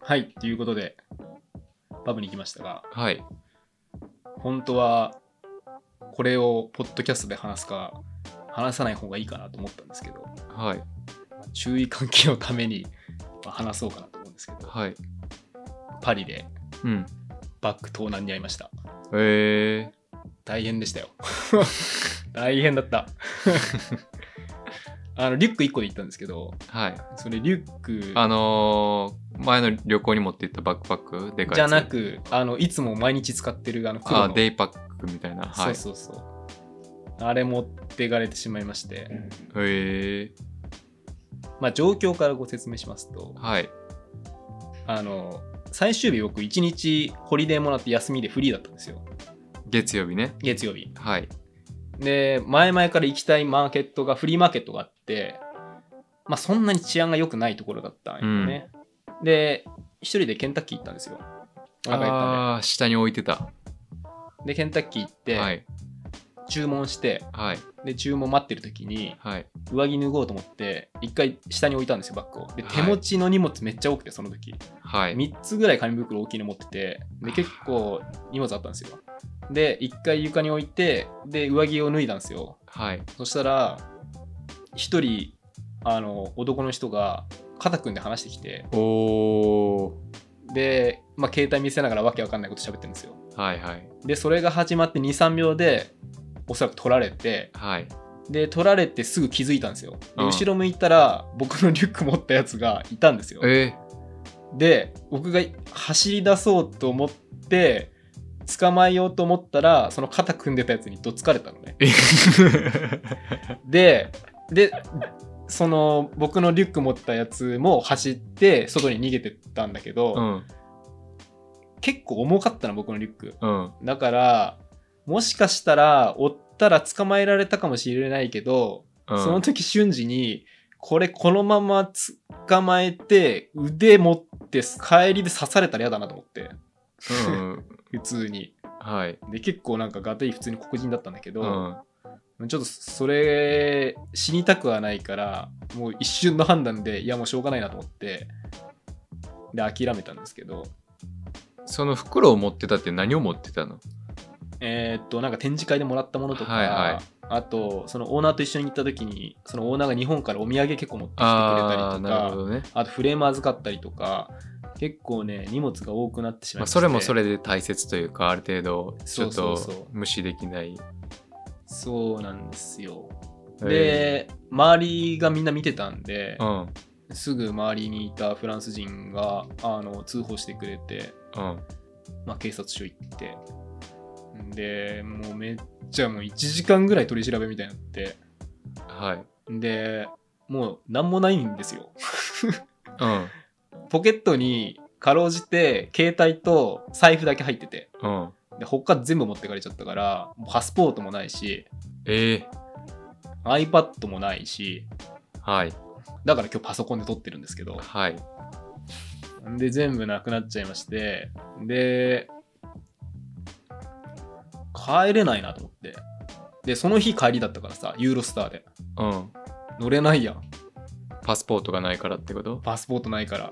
[SPEAKER 1] はい、ということで、パブに行きましたが、
[SPEAKER 2] はい。はい。
[SPEAKER 1] 本当は、これをポッドキャストで話すか、話さない方がいいかなと思ったんですけど、
[SPEAKER 2] はい。
[SPEAKER 1] 注意喚起のためにまあ話そうかなと思うんですけど、
[SPEAKER 2] はい。
[SPEAKER 1] パリで
[SPEAKER 2] うん。
[SPEAKER 1] バック盗難に遭いました。
[SPEAKER 2] ええ
[SPEAKER 1] 大変でしたよ。 大変だった。 あのリュック1個で行ったんですけど、
[SPEAKER 2] はい。
[SPEAKER 1] それリュック
[SPEAKER 2] あのー前の旅行に持って行ったバックパックでかい
[SPEAKER 1] じゃ
[SPEAKER 2] やつ
[SPEAKER 1] なく、あのいつも毎日使ってるあの黒
[SPEAKER 2] あ
[SPEAKER 1] の
[SPEAKER 2] デイパックみたいなはい
[SPEAKER 1] そうそうそう。あれ持ってかれてしまいまして、
[SPEAKER 2] へえ
[SPEAKER 1] まあ状況からご説明しますと、
[SPEAKER 2] はい
[SPEAKER 1] あの最終日僕1日ホリデーもらって休みでフリーだったんですよ。
[SPEAKER 2] 月曜日ね
[SPEAKER 1] 月曜日。
[SPEAKER 2] はい
[SPEAKER 1] で前々から行きたいマーケットがフリーマーケットがあって、まあ、そんなに治安が良くないところだったんよね、で一人でケンタッキー行ったんですよお腹いっぱ
[SPEAKER 2] あー下に置いてた、
[SPEAKER 1] いででケンタッキー行って、
[SPEAKER 2] はい
[SPEAKER 1] 注文して
[SPEAKER 2] はい
[SPEAKER 1] で注文待ってる時に
[SPEAKER 2] はい
[SPEAKER 1] 上着脱ごうと思って一回下に置いたんですよバッグをで
[SPEAKER 2] はい
[SPEAKER 1] 手持ちの荷物めっちゃ多くてその時、
[SPEAKER 2] はい
[SPEAKER 1] 3つぐらい紙袋大きいの持っててで結構荷物あったんですよで一回床に置いてで上着を脱いだんですよ
[SPEAKER 2] はい
[SPEAKER 1] そしたら、一人、あの、男の人が、肩組んで話してきて、
[SPEAKER 2] おお
[SPEAKER 1] で、まあ、携帯見せながらわけわかんないこと喋ってるんですよ。
[SPEAKER 2] ーはいはい
[SPEAKER 1] で、それが始まって2、3秒で、おそらく取られて、
[SPEAKER 2] はい
[SPEAKER 1] で、取られてすぐ気づいたんですよ。で、
[SPEAKER 2] うん
[SPEAKER 1] 後ろ向いたら、僕のリュック持ったやつがいたんですよ。
[SPEAKER 2] え
[SPEAKER 1] で、僕が走り出そうと思って、捕まえようと思ったら、その肩組んでたやつにどつかれたのね。
[SPEAKER 2] ー
[SPEAKER 1] ででその僕のリュック持ったやつも走って外に逃げてったんだけど、
[SPEAKER 2] うん
[SPEAKER 1] 結構重かったな僕のリュック
[SPEAKER 2] うん
[SPEAKER 1] だからもしかしたら追ったら捕まえられたかもしれないけど、
[SPEAKER 2] うん
[SPEAKER 1] その時瞬時にこれこのまま捕まえて腕持って帰りで刺されたら嫌だなと思って
[SPEAKER 2] うん
[SPEAKER 1] 普通に
[SPEAKER 2] はい
[SPEAKER 1] で結構なんかガテイ普通に黒人だったんだけど、
[SPEAKER 2] うん
[SPEAKER 1] ちょっとそれ死にたくはないからもう一瞬の判断でいやもうしょうがないなと思ってで諦めたんですけど
[SPEAKER 2] その袋を持ってたって何を持ってたの
[SPEAKER 1] えーっとなんか展示会でもらったものとか、
[SPEAKER 2] はいはい
[SPEAKER 1] あとそのオーナーと一緒に行った時にそのオーナーが日本からお土産結構持ってきてくれ
[SPEAKER 2] あ
[SPEAKER 1] た
[SPEAKER 2] あー
[SPEAKER 1] りと
[SPEAKER 2] なるほ
[SPEAKER 1] か
[SPEAKER 2] どね、
[SPEAKER 1] あとフレーム預かったりとか結構ね荷物が多くなってしまい
[SPEAKER 2] まあ、
[SPEAKER 1] ました、
[SPEAKER 2] それもそれで大切というかある程度ちょっ
[SPEAKER 1] そう
[SPEAKER 2] と
[SPEAKER 1] そうそう
[SPEAKER 2] 無視できない
[SPEAKER 1] そうなんですよで
[SPEAKER 2] え
[SPEAKER 1] 周りがみんな見てたんで、
[SPEAKER 2] ーうん
[SPEAKER 1] すぐ周りにいたフランス人があの通報してくれて、
[SPEAKER 2] うん
[SPEAKER 1] まあ、警察署行ってでもうめっちゃもう1時間ぐらい取り調べみたいになって
[SPEAKER 2] はい。
[SPEAKER 1] でもう何もないんですよ
[SPEAKER 2] うん。
[SPEAKER 1] ポケットにかろうじて携帯と財布だけ入ってて
[SPEAKER 2] うん。
[SPEAKER 1] で他全部持ってかれちゃったからもうパスポートもないし
[SPEAKER 2] ええ
[SPEAKER 1] iPad もないし
[SPEAKER 2] はい。
[SPEAKER 1] だから今日パソコンで撮ってるんですけど
[SPEAKER 2] はい。
[SPEAKER 1] で全部なくなっちゃいましてで帰れないなと思ってでその日帰りだったからさユーロスターで
[SPEAKER 2] うん。
[SPEAKER 1] 乗れないやん
[SPEAKER 2] パスポートがないからってこと
[SPEAKER 1] パスポートないから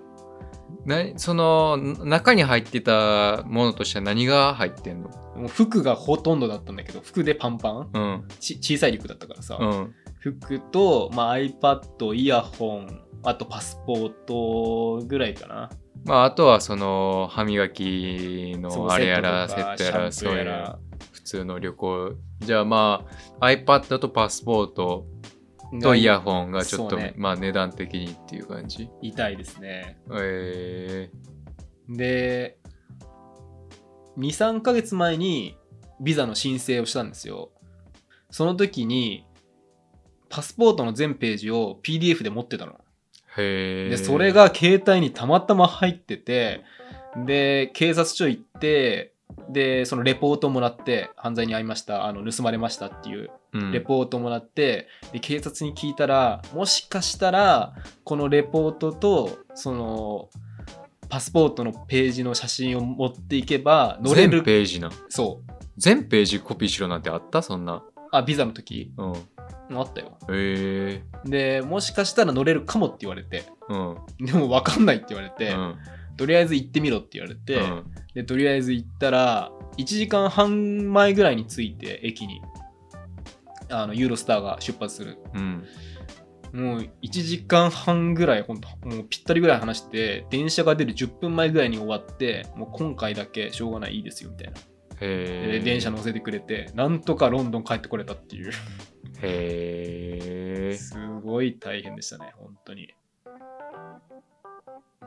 [SPEAKER 2] なそのん中に入ってたものとしては何が入ってんの
[SPEAKER 1] もう服がほとんどだったんだけど服でパンパン
[SPEAKER 2] うん。
[SPEAKER 1] ち小さい陸だったからさ、
[SPEAKER 2] うん。
[SPEAKER 1] 服と、まあ、iPad イヤホンあとパスポートぐらいかな
[SPEAKER 2] まあ、あとはその歯磨き
[SPEAKER 1] そ
[SPEAKER 2] の
[SPEAKER 1] う
[SPEAKER 2] あれやらセ
[SPEAKER 1] セッ
[SPEAKER 2] ッ
[SPEAKER 1] ト
[SPEAKER 2] トや
[SPEAKER 1] とからシャ
[SPEAKER 2] そ
[SPEAKER 1] ン
[SPEAKER 2] う
[SPEAKER 1] プー
[SPEAKER 2] い
[SPEAKER 1] や
[SPEAKER 2] う
[SPEAKER 1] ら
[SPEAKER 2] 普通の旅行じゃあまあ iPad とパスポートとイヤホンがちょっと、
[SPEAKER 1] そうね
[SPEAKER 2] まあ値段的にっていう感じ。
[SPEAKER 1] 痛いですね。
[SPEAKER 2] え
[SPEAKER 1] で、2、3ヶ月前にビザの申請をしたんですよ。その時に、パスポートの全ページを PDF で持ってたの。
[SPEAKER 2] ー、へえ。
[SPEAKER 1] で、それ、が携帯にたまたま入ってて、で、警察署行って、で、そのレポートもらって、犯罪に遭いました、あの盗まれましたっていう
[SPEAKER 2] うん、
[SPEAKER 1] レポートもらってで警察に聞いたらもしかしたらこのレポートとそのパスポートのページの写真を持っていけば乗れ
[SPEAKER 2] 全
[SPEAKER 1] る
[SPEAKER 2] ページな。
[SPEAKER 1] そう
[SPEAKER 2] 全ページコピーしろなんてあったそんな。
[SPEAKER 1] あビザの時
[SPEAKER 2] うん。
[SPEAKER 1] あったよ
[SPEAKER 2] へえ。
[SPEAKER 1] でもしかしたら乗れるかもって言われて
[SPEAKER 2] うん。
[SPEAKER 1] でも分かんないって言われ
[SPEAKER 2] う
[SPEAKER 1] て、
[SPEAKER 2] ん
[SPEAKER 1] とりあえず行ってみろって言われて、
[SPEAKER 2] うん
[SPEAKER 1] でとりあえず行ったら1時間半前ぐらいに着いて駅にあのユーロスターが出発する
[SPEAKER 2] うん。
[SPEAKER 1] もう1時間半ぐらい、ほんと、もうぴったりぐらい話して、電車が出る10分前ぐらいに終わって、もう今回だけしょうがない、いいですよ、みたいな。
[SPEAKER 2] へ
[SPEAKER 1] で
[SPEAKER 2] え。
[SPEAKER 1] 電車。乗せてくれて、なんとかロンドン帰ってこれたっていう。
[SPEAKER 2] へえ。
[SPEAKER 1] すごい大変でしたね、本当に。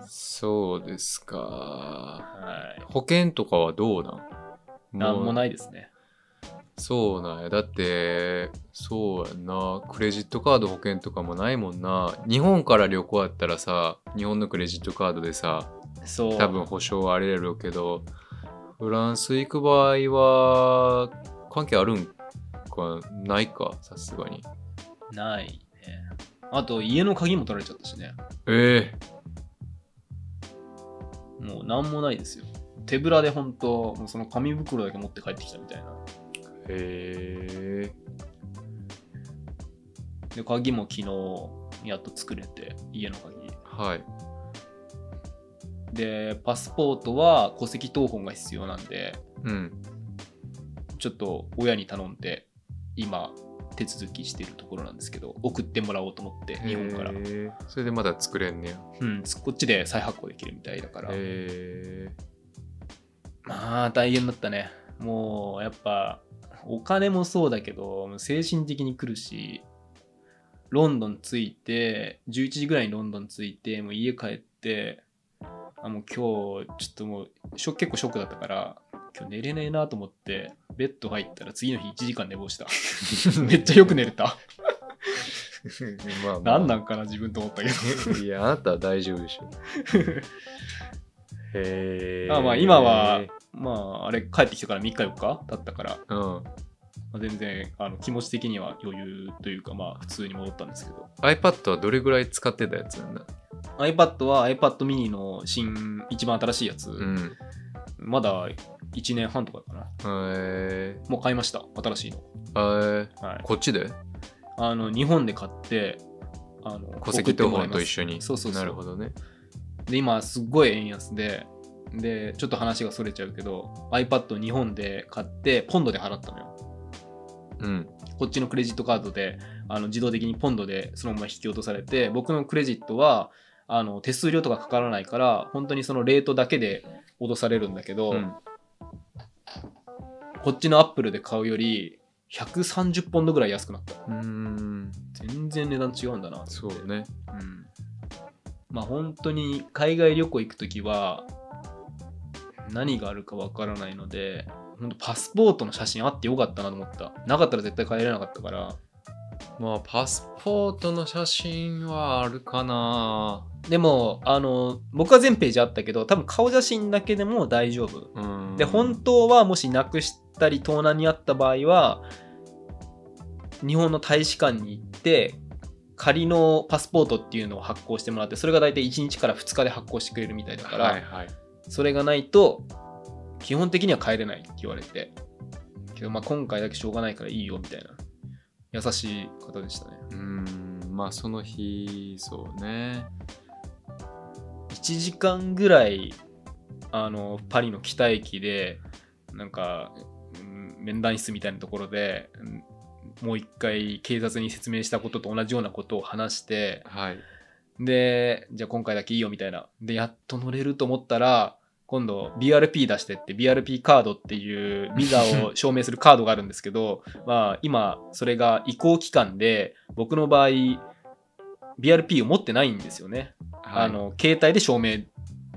[SPEAKER 2] そうですか。
[SPEAKER 1] はい。
[SPEAKER 2] 保険とかはどうなん
[SPEAKER 1] なんも
[SPEAKER 2] い。
[SPEAKER 1] ないですね。
[SPEAKER 2] そうなんや。だって、そうやんな。クレジットカード保険とかもないもんな。日本から旅行やったらさ、日本のクレジットカードでさ、
[SPEAKER 1] そう。
[SPEAKER 2] 多分保証はあれやろうけど、フランス行く場合は、関係あるんか、ないか、さすがに。
[SPEAKER 1] ないね。あと、家の鍵も取られちゃったしね。
[SPEAKER 2] ええ
[SPEAKER 1] もうなんもないですよ。手ぶらで本当、もうその紙袋だけ持って帰ってきたみたいな。
[SPEAKER 2] へえ
[SPEAKER 1] で、鍵も昨日、やっと作れて、家の鍵。
[SPEAKER 2] はい。
[SPEAKER 1] でパスポートは戸籍謄本が必要なんで
[SPEAKER 2] うん。
[SPEAKER 1] ちょっと親に頼んで今手続きしてるところなんですけど送ってもらおうと思って日本から、
[SPEAKER 2] へえそれでまだ作れんねや。
[SPEAKER 1] うん、こっちで再発行できるみたいだから
[SPEAKER 2] へえ
[SPEAKER 1] まあ大変だったねもうやっぱお金もそうだけど精神的に来るしロンドン着いて11時ぐらいにロンドン着いてもう家帰ってあもう今日ちょっともうショ結構ショックだったから今日寝れねえなと思ってベッド入ったら次の日1時間寝坊した めっちゃよく寝れた
[SPEAKER 2] まあまあ
[SPEAKER 1] 何なんかな自分と思ったけど
[SPEAKER 2] いや、あなたは大丈夫 でしょ。へ
[SPEAKER 1] あまあ今はまああれ帰ってきてから3日4日経ったから
[SPEAKER 2] うん。
[SPEAKER 1] まあ全然あの気持ち的には余裕というかまあ普通に戻ったんですけど
[SPEAKER 2] iPad はどれぐらい使ってたやつなんだ
[SPEAKER 1] iPad は iPad mini の新一番新しいやつ、
[SPEAKER 2] うん。
[SPEAKER 1] まだ1年半とかかな
[SPEAKER 2] え
[SPEAKER 1] もう買いました新しいの,、
[SPEAKER 2] ー、え
[SPEAKER 1] はい、
[SPEAKER 2] こっちで
[SPEAKER 1] あの日本で買ってあの
[SPEAKER 2] 戸籍謄本と一緒に。
[SPEAKER 1] そうそうそう
[SPEAKER 2] なるほどね。
[SPEAKER 1] で今すっごい円安ででちょっと話がそれちゃうけど iPad 日本で買ってポンドで払ったのよ
[SPEAKER 2] うん。
[SPEAKER 1] こっちのクレジットカードであの自動的にポンドでそのまま引き落とされて僕のクレジットはあの手数料とかかからないから本当にそのレートだけで落とされるんだけど、
[SPEAKER 2] うん
[SPEAKER 1] こっちのアップルで買うより130ポンドぐらい安くなった
[SPEAKER 2] うーん。
[SPEAKER 1] 全然値段違うんだなって
[SPEAKER 2] そうね。
[SPEAKER 1] うんまあ本当に海外旅行行く時は何があるかわからないので本当パスポートの写真あってよかったなと思ったなかったら絶対帰れなかったから
[SPEAKER 2] まあ、パスポートの写真はあるかな。
[SPEAKER 1] でもあの僕は全ページあったけど多分顔写真だけでも大丈夫
[SPEAKER 2] うん。
[SPEAKER 1] で本当はもしなくしたり盗難にあった場合は日本の大使館に行って仮のパスポートっていうのを発行してもらってそれが大体1日から2日で発行してくれるみたいだから、
[SPEAKER 2] はいはい。
[SPEAKER 1] それがないと基本的には帰れないって言われてけどまあ今回だけしょうがないからいいよみたいな優しい方でしたね
[SPEAKER 2] うーん。まあ、その日、そうね。
[SPEAKER 1] 1時間ぐらいあのパリの北駅でなんかうん面談室みたいなところでうんもう一回警察に説明したことと同じようなことを話して
[SPEAKER 2] はい。
[SPEAKER 1] でじゃあ今回だけいいよみたいなでやっと乗れると思ったら今度 BRP 出してって BRP カードっていうビザを証明するカードがあるんですけど まあ今それが移行期間で僕の場合 BRP を持ってないんですよね、
[SPEAKER 2] はい
[SPEAKER 1] あの携帯で証明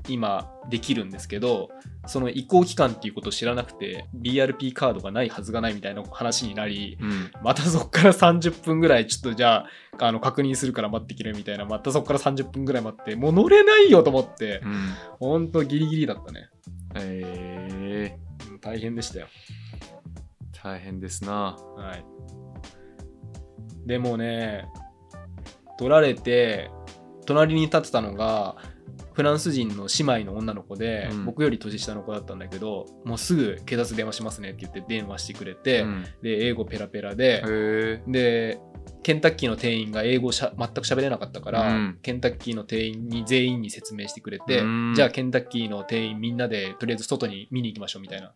[SPEAKER 1] 今できるんですけどその移行期間っていうことを知らなくて BRP カードがないはずがないみたいな話になり
[SPEAKER 2] うん
[SPEAKER 1] またそこから30分ぐらいちょっとじゃああの確認するから待ってきれみたいなまたそこから30分ぐらい待ってもう乗れないよと思って
[SPEAKER 2] うん
[SPEAKER 1] ほんとギリギリだったね
[SPEAKER 2] え
[SPEAKER 1] うん大変でしたよ
[SPEAKER 2] ー、大変ですな
[SPEAKER 1] はいでもね取られて隣に立ってたのがフランス人の姉妹の女の子で、
[SPEAKER 2] うん
[SPEAKER 1] 僕より年下の子だったんだけどもうすぐ警察電話しますねって言って電話してくれて、
[SPEAKER 2] うん
[SPEAKER 1] で英語ペラペラで
[SPEAKER 2] へ、え
[SPEAKER 1] でケンタッキーの店員が英語しゃ全く喋れなかったから、
[SPEAKER 2] うん
[SPEAKER 1] ケンタッキーの店員に全員に説明してくれて、
[SPEAKER 2] うん
[SPEAKER 1] じゃあケンタッキーの店員みんなでとりあえず外に見に行きましょうみたいな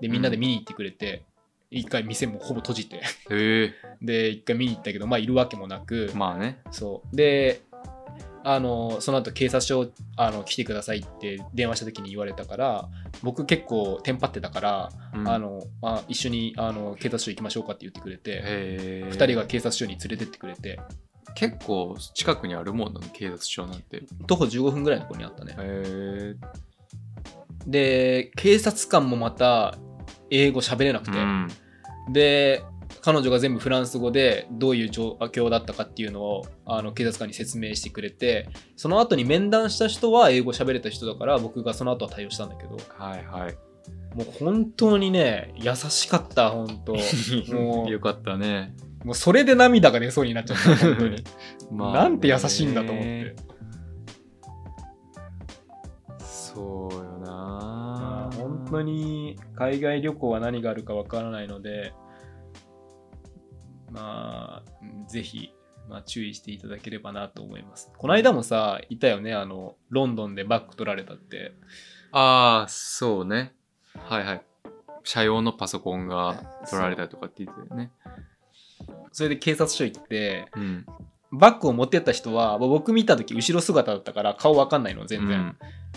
[SPEAKER 1] でみんなで見に行ってくれて、一回店もほぼ閉じて
[SPEAKER 2] へえ
[SPEAKER 1] で一回見に行ったけどまあいるわけもなく、
[SPEAKER 2] まあね
[SPEAKER 1] そうであのその後警察署あの来てくださいって電話した時に言われたから僕結構テンパってたから、
[SPEAKER 2] うん
[SPEAKER 1] あのあ一緒にあの警察署行きましょうかって言ってくれて、
[SPEAKER 2] へえ
[SPEAKER 1] 2人が警察署に連れてってくれて
[SPEAKER 2] 結構近くにあるもんなの警察署なんてへ
[SPEAKER 1] 徒歩15分ぐらいのとこにあったね
[SPEAKER 2] え
[SPEAKER 1] で警察官もまた英語喋れなく
[SPEAKER 2] う
[SPEAKER 1] て、
[SPEAKER 2] ん
[SPEAKER 1] で彼女が全部フランス語でどういう状況だったかっていうのをあの警察官に説明してくれてその後に面談した人は英語喋れた人だから僕がその後は対応したんだけど
[SPEAKER 2] はいはい
[SPEAKER 1] もう本当にね優しかった本 当も
[SPEAKER 2] よかったね
[SPEAKER 1] うもうそれで涙が出そうになっちゃった本当に、
[SPEAKER 2] まあね
[SPEAKER 1] なんて優しいんだと思って、
[SPEAKER 2] そうよ
[SPEAKER 1] まあ
[SPEAKER 2] な
[SPEAKER 1] 本当に海外旅行は何があるかわからないのでまあぜひ、まあ、注意していただければなと思いますこの間もさいたよねあのロンドンでバッグ取られたって
[SPEAKER 2] ああそうねはいはい社用のパソコンが取られたとかって言ってたよね
[SPEAKER 1] それで警察署行って
[SPEAKER 2] うん
[SPEAKER 1] バッグを持ってった人はまあ僕見た時後ろ姿だったから顔わかんないの全然、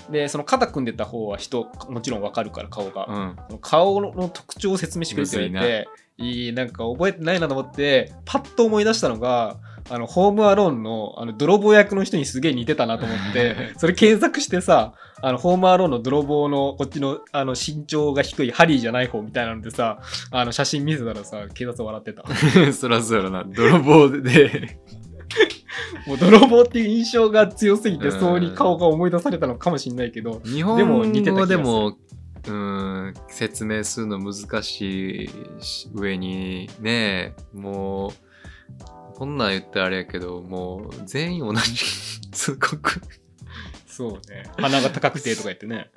[SPEAKER 1] でその肩組んでた方は人もちろんわかるから顔が、
[SPEAKER 2] うん、うん、
[SPEAKER 1] その顔の特徴を説明してくれって言われていいなんか覚えてないなと思ってパッと思い出したのがあのホームアローンのあの泥棒役の人にすげえ似てたなと思って それ検索してさあのホームアローンの泥棒のこっちのあの身長が低いハリーじゃない方みたいなのでさあの写真見せたらさ警察笑って た
[SPEAKER 2] そらそらな泥 棒で
[SPEAKER 1] もう泥棒っていう印象が強すぎて
[SPEAKER 2] うん
[SPEAKER 1] そうに顔が思い出されたのかもしれないけど
[SPEAKER 2] 日
[SPEAKER 1] でも
[SPEAKER 2] 本
[SPEAKER 1] 似てた気
[SPEAKER 2] 語
[SPEAKER 1] がす
[SPEAKER 2] で
[SPEAKER 1] る
[SPEAKER 2] もうん説明するの難しいし上にねもうこんなん言ったらあれやけどもう全員同じ通告
[SPEAKER 1] そうね鼻が高くてとか言ってね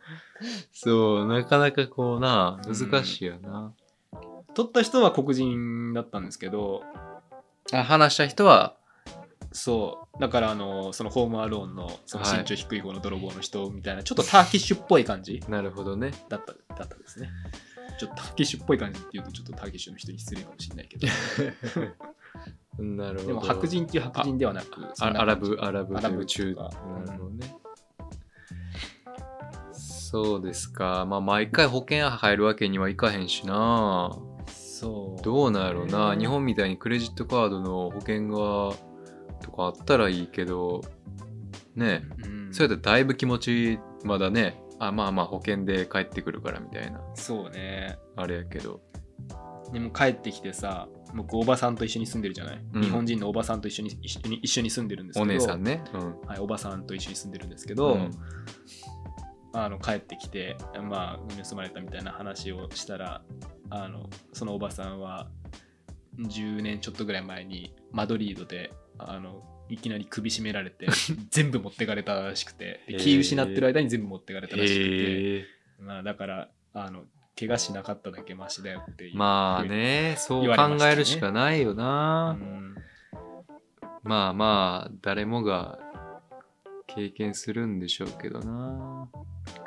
[SPEAKER 2] そうなかなかこうな難しいよな、
[SPEAKER 1] 撮った人は黒人だったんですけど
[SPEAKER 2] あ話した人は
[SPEAKER 1] そうだからあのそのホームアローンのその
[SPEAKER 2] はい
[SPEAKER 1] 身長低い方の泥棒の人みたいな、ちょっとターキッシュっぽい感じ
[SPEAKER 2] なるほどね
[SPEAKER 1] だっただったですねちょっとターキッシュっぽい感じっていうとちょっとターキッシュの人に失礼かもしれないけど
[SPEAKER 2] なるほど
[SPEAKER 1] でも白人っていう白人ではなく
[SPEAKER 2] あ
[SPEAKER 1] そんな
[SPEAKER 2] アラ
[SPEAKER 1] 感じ
[SPEAKER 2] ブアラブ
[SPEAKER 1] アラ
[SPEAKER 2] とい
[SPEAKER 1] ブ
[SPEAKER 2] う中
[SPEAKER 1] とか
[SPEAKER 2] なるほどねそうですかまあ毎回保険入るわけにはいかへんしな
[SPEAKER 1] そう
[SPEAKER 2] どうなんやろうな
[SPEAKER 1] ね
[SPEAKER 2] 日本みたいにクレジットカードの保険がとかあったらいいけどね
[SPEAKER 1] うん、
[SPEAKER 2] それだとだいぶ気持ちまだねあまあまあ保険で帰ってくるからみたいな
[SPEAKER 1] そうね
[SPEAKER 2] あれやけど
[SPEAKER 1] でも帰ってきてさ僕おばさんと一緒に住んでるじゃない、
[SPEAKER 2] うん
[SPEAKER 1] 日本人のおばさんと一緒に一緒に一緒に住んでるんですけど
[SPEAKER 2] お姉さんねうん
[SPEAKER 1] はい、おばさんと一緒に住んでるんですけど、
[SPEAKER 2] うん
[SPEAKER 1] あの帰ってきて、まあ、盗まれたみたいな話をしたらあのそのおばさんは10年ちょっとぐらい前にマドリードであのいきなり首絞められ て全部持ってかれたらしくてで気失ってる間に全部持ってかれたらしくて、
[SPEAKER 2] へえ
[SPEAKER 1] まあ、だからあの怪我しなかっただけマシだよっていう
[SPEAKER 2] まあ、ねそう
[SPEAKER 1] 言われまし
[SPEAKER 2] 考
[SPEAKER 1] たね
[SPEAKER 2] えるしかないよ
[SPEAKER 1] う
[SPEAKER 2] な、
[SPEAKER 1] ん
[SPEAKER 2] まあまあ誰もが経験するんでしょうけどな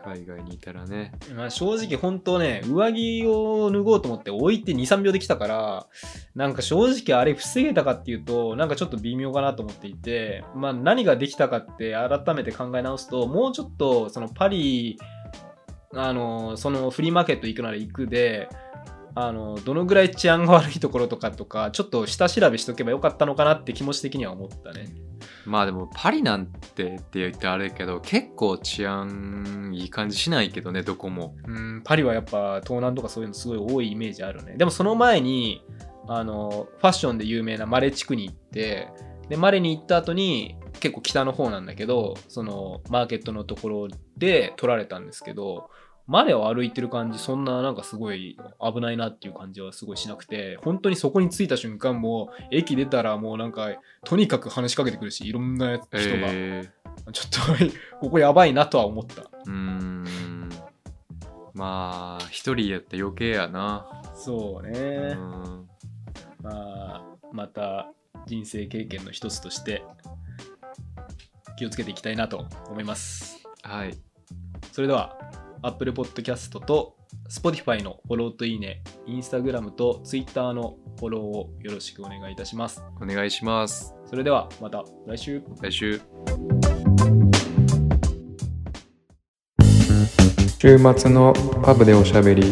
[SPEAKER 2] 海外にいたらね
[SPEAKER 1] まあ、正直本当ね上着を脱ごうと思って置いて23秒できたからなんか正直あれ防げたかっていうとなんかちょっと微妙かなと思っていて、まあ、何ができたかって改めて考え直すともうちょっとそのパリあのそのフリーマーケット行くなら行くであのどのぐらい治安が悪いところとかとかちょっと下調べしとけばよかったのかなって気持ち的には思ったね
[SPEAKER 2] まあでもパリなんてって言ってあれやけど結構治安いい感じしないけどねどこも
[SPEAKER 1] うんパリはやっぱ東南とかそういうのすごい多いイメージあるねでもその前にあのファッションで有名なマレ地区に行ってでマレに行った後に結構北の方なんだけどそのマーケットのところで撮られたんですけどマレを歩いてる感じそんななんかすごい危ないなっていう感じはすごいしなくて本当にそこに着いた瞬間もう駅出たらもうなんかとにかく話しかけてくるしいろんな人が、
[SPEAKER 2] え
[SPEAKER 1] ちょっと ここやばいなとは思った
[SPEAKER 2] ーうーんまあ一人やったら余計やな、
[SPEAKER 1] そうね、
[SPEAKER 2] うん
[SPEAKER 1] まあ、また人生経験の一つとして気をつけていきたいなと思います。
[SPEAKER 2] はい
[SPEAKER 1] それでは Apple Podcast と Spotify のフォローといいね、Instagram と Twitter のフォローをよろしくお願いいたします。
[SPEAKER 2] お願いします
[SPEAKER 1] それではまた来週。
[SPEAKER 2] 来週
[SPEAKER 3] 週末のパブでおしゃべり